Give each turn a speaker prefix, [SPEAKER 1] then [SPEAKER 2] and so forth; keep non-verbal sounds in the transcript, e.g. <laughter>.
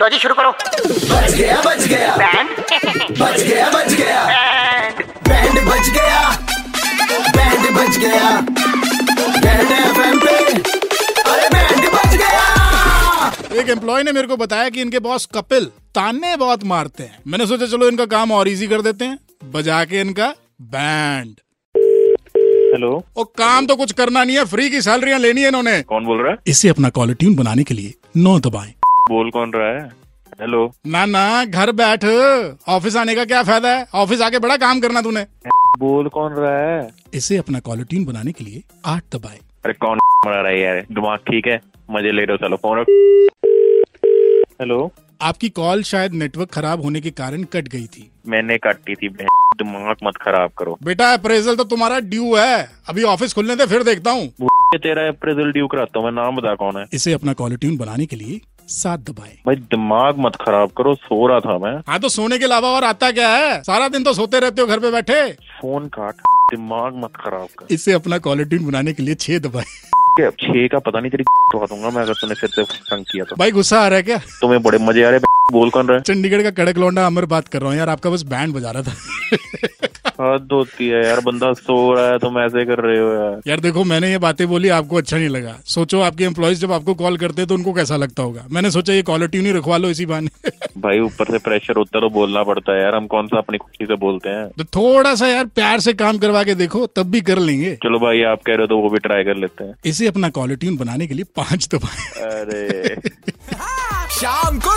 [SPEAKER 1] लो जी शुरू करो
[SPEAKER 2] बच गया बच गया
[SPEAKER 1] बैंड
[SPEAKER 2] बच गया बच गया बैंड बच गया बैंड बच गया बैंड एफएम पे अरे बैंड बच गया
[SPEAKER 3] एक एम्प्लॉय ने मेरे को बताया कि इनके बॉस कपिल ताने बहुत मारते हैं मैंने सोचा चलो इनका काम और इजी कर देते हैं बजा के इनका बैंड
[SPEAKER 4] हेलो
[SPEAKER 3] और काम तो कुछ करना नहीं है फ्री की सैलरियां लेनी है इन्होंने
[SPEAKER 4] कौन बोल रहा है
[SPEAKER 3] इसे अपना कॉलर ट्यून बनाने के लिए नौ दबाएं
[SPEAKER 4] बोल कौन रहा है हेलो
[SPEAKER 3] ना ना घर बैठ ऑफिस आने का क्या फायदा है ऑफिस आके बड़ा काम करना तूने
[SPEAKER 4] बोल कौन रहा है
[SPEAKER 3] इसे अपना कॉलर ट्यून बनाने के लिए आठ दबाएं
[SPEAKER 4] अरे कौन मरा रहा है यार दिमाग ठीक है मजे ले रहे हो चलो फोन हेलो
[SPEAKER 3] आपकी कॉल शायद नेटवर्क खराब होने के कारण कट गई थी
[SPEAKER 4] मैंने काटी थी बहन, दिमाग मत खराब करो
[SPEAKER 3] बेटा अप्रेजल तो तुम्हारा ड्यू है अभी ऑफिस खुलने दे फिर देखता हूँ
[SPEAKER 4] भूखे तेरा अप्रेजल ड्यू कराता हूँ मैं नाम बता कौन है
[SPEAKER 3] इसे अपना कॉलर ट्यून बनाने के लिए सात दबाएं
[SPEAKER 4] भाई दिमाग मत खराब करो सो रहा था मैं
[SPEAKER 3] हाँ तो सोने के अलावा और आता क्या है सारा दिन तो सोते रहते हो घर पे बैठे
[SPEAKER 4] फोन काट दिमाग मत खराब कर
[SPEAKER 3] इसे अपना कॉलर ट्यून बनाने के लिए छह दबाएं
[SPEAKER 4] क्या, छह का पता नहीं तेरी उठा दूंगा मैं अगर तूने फिर से तंग किया तो
[SPEAKER 3] <laughs> भाई गुस्सा आ रहा है क्या
[SPEAKER 4] तुम्हें बड़े मजे आ रहे हैं, बोल कौन रहा है
[SPEAKER 3] चंडीगढ़ का कड़क लौंडा अमर बात कर रहा हूँ यार आपका बस बैंड बजा रहा था <laughs>
[SPEAKER 4] हद होती है यार बंदा सो रहा है तुम ऐसे कर रहे हो यार
[SPEAKER 3] यार देखो मैंने ये बातें बोली आपको अच्छा नहीं लगा सोचो आपके एम्प्लॉयज जब आपको कॉल करते हैं तो उनको कैसा लगता होगा मैंने सोचा ये कॉलर ट्यून ही रखवा लो इसी बहाने <laughs>
[SPEAKER 4] भाई ऊपर से प्रेशर होता है तो बोलना पड़ता है यार हम कौन सा अपनी खुशी से बोलते हैं
[SPEAKER 3] तो थोड़ा सा यार प्यार से काम करवा के देखो तब भी कर लेंगे
[SPEAKER 4] चलो भाई आप कह रहे हो तो वो भी ट्राई कर लेते हैं
[SPEAKER 3] इसे अपना कॉलर ट्यून बनाने के लिए पांच दबाएं
[SPEAKER 4] अरे
[SPEAKER 5] शाम को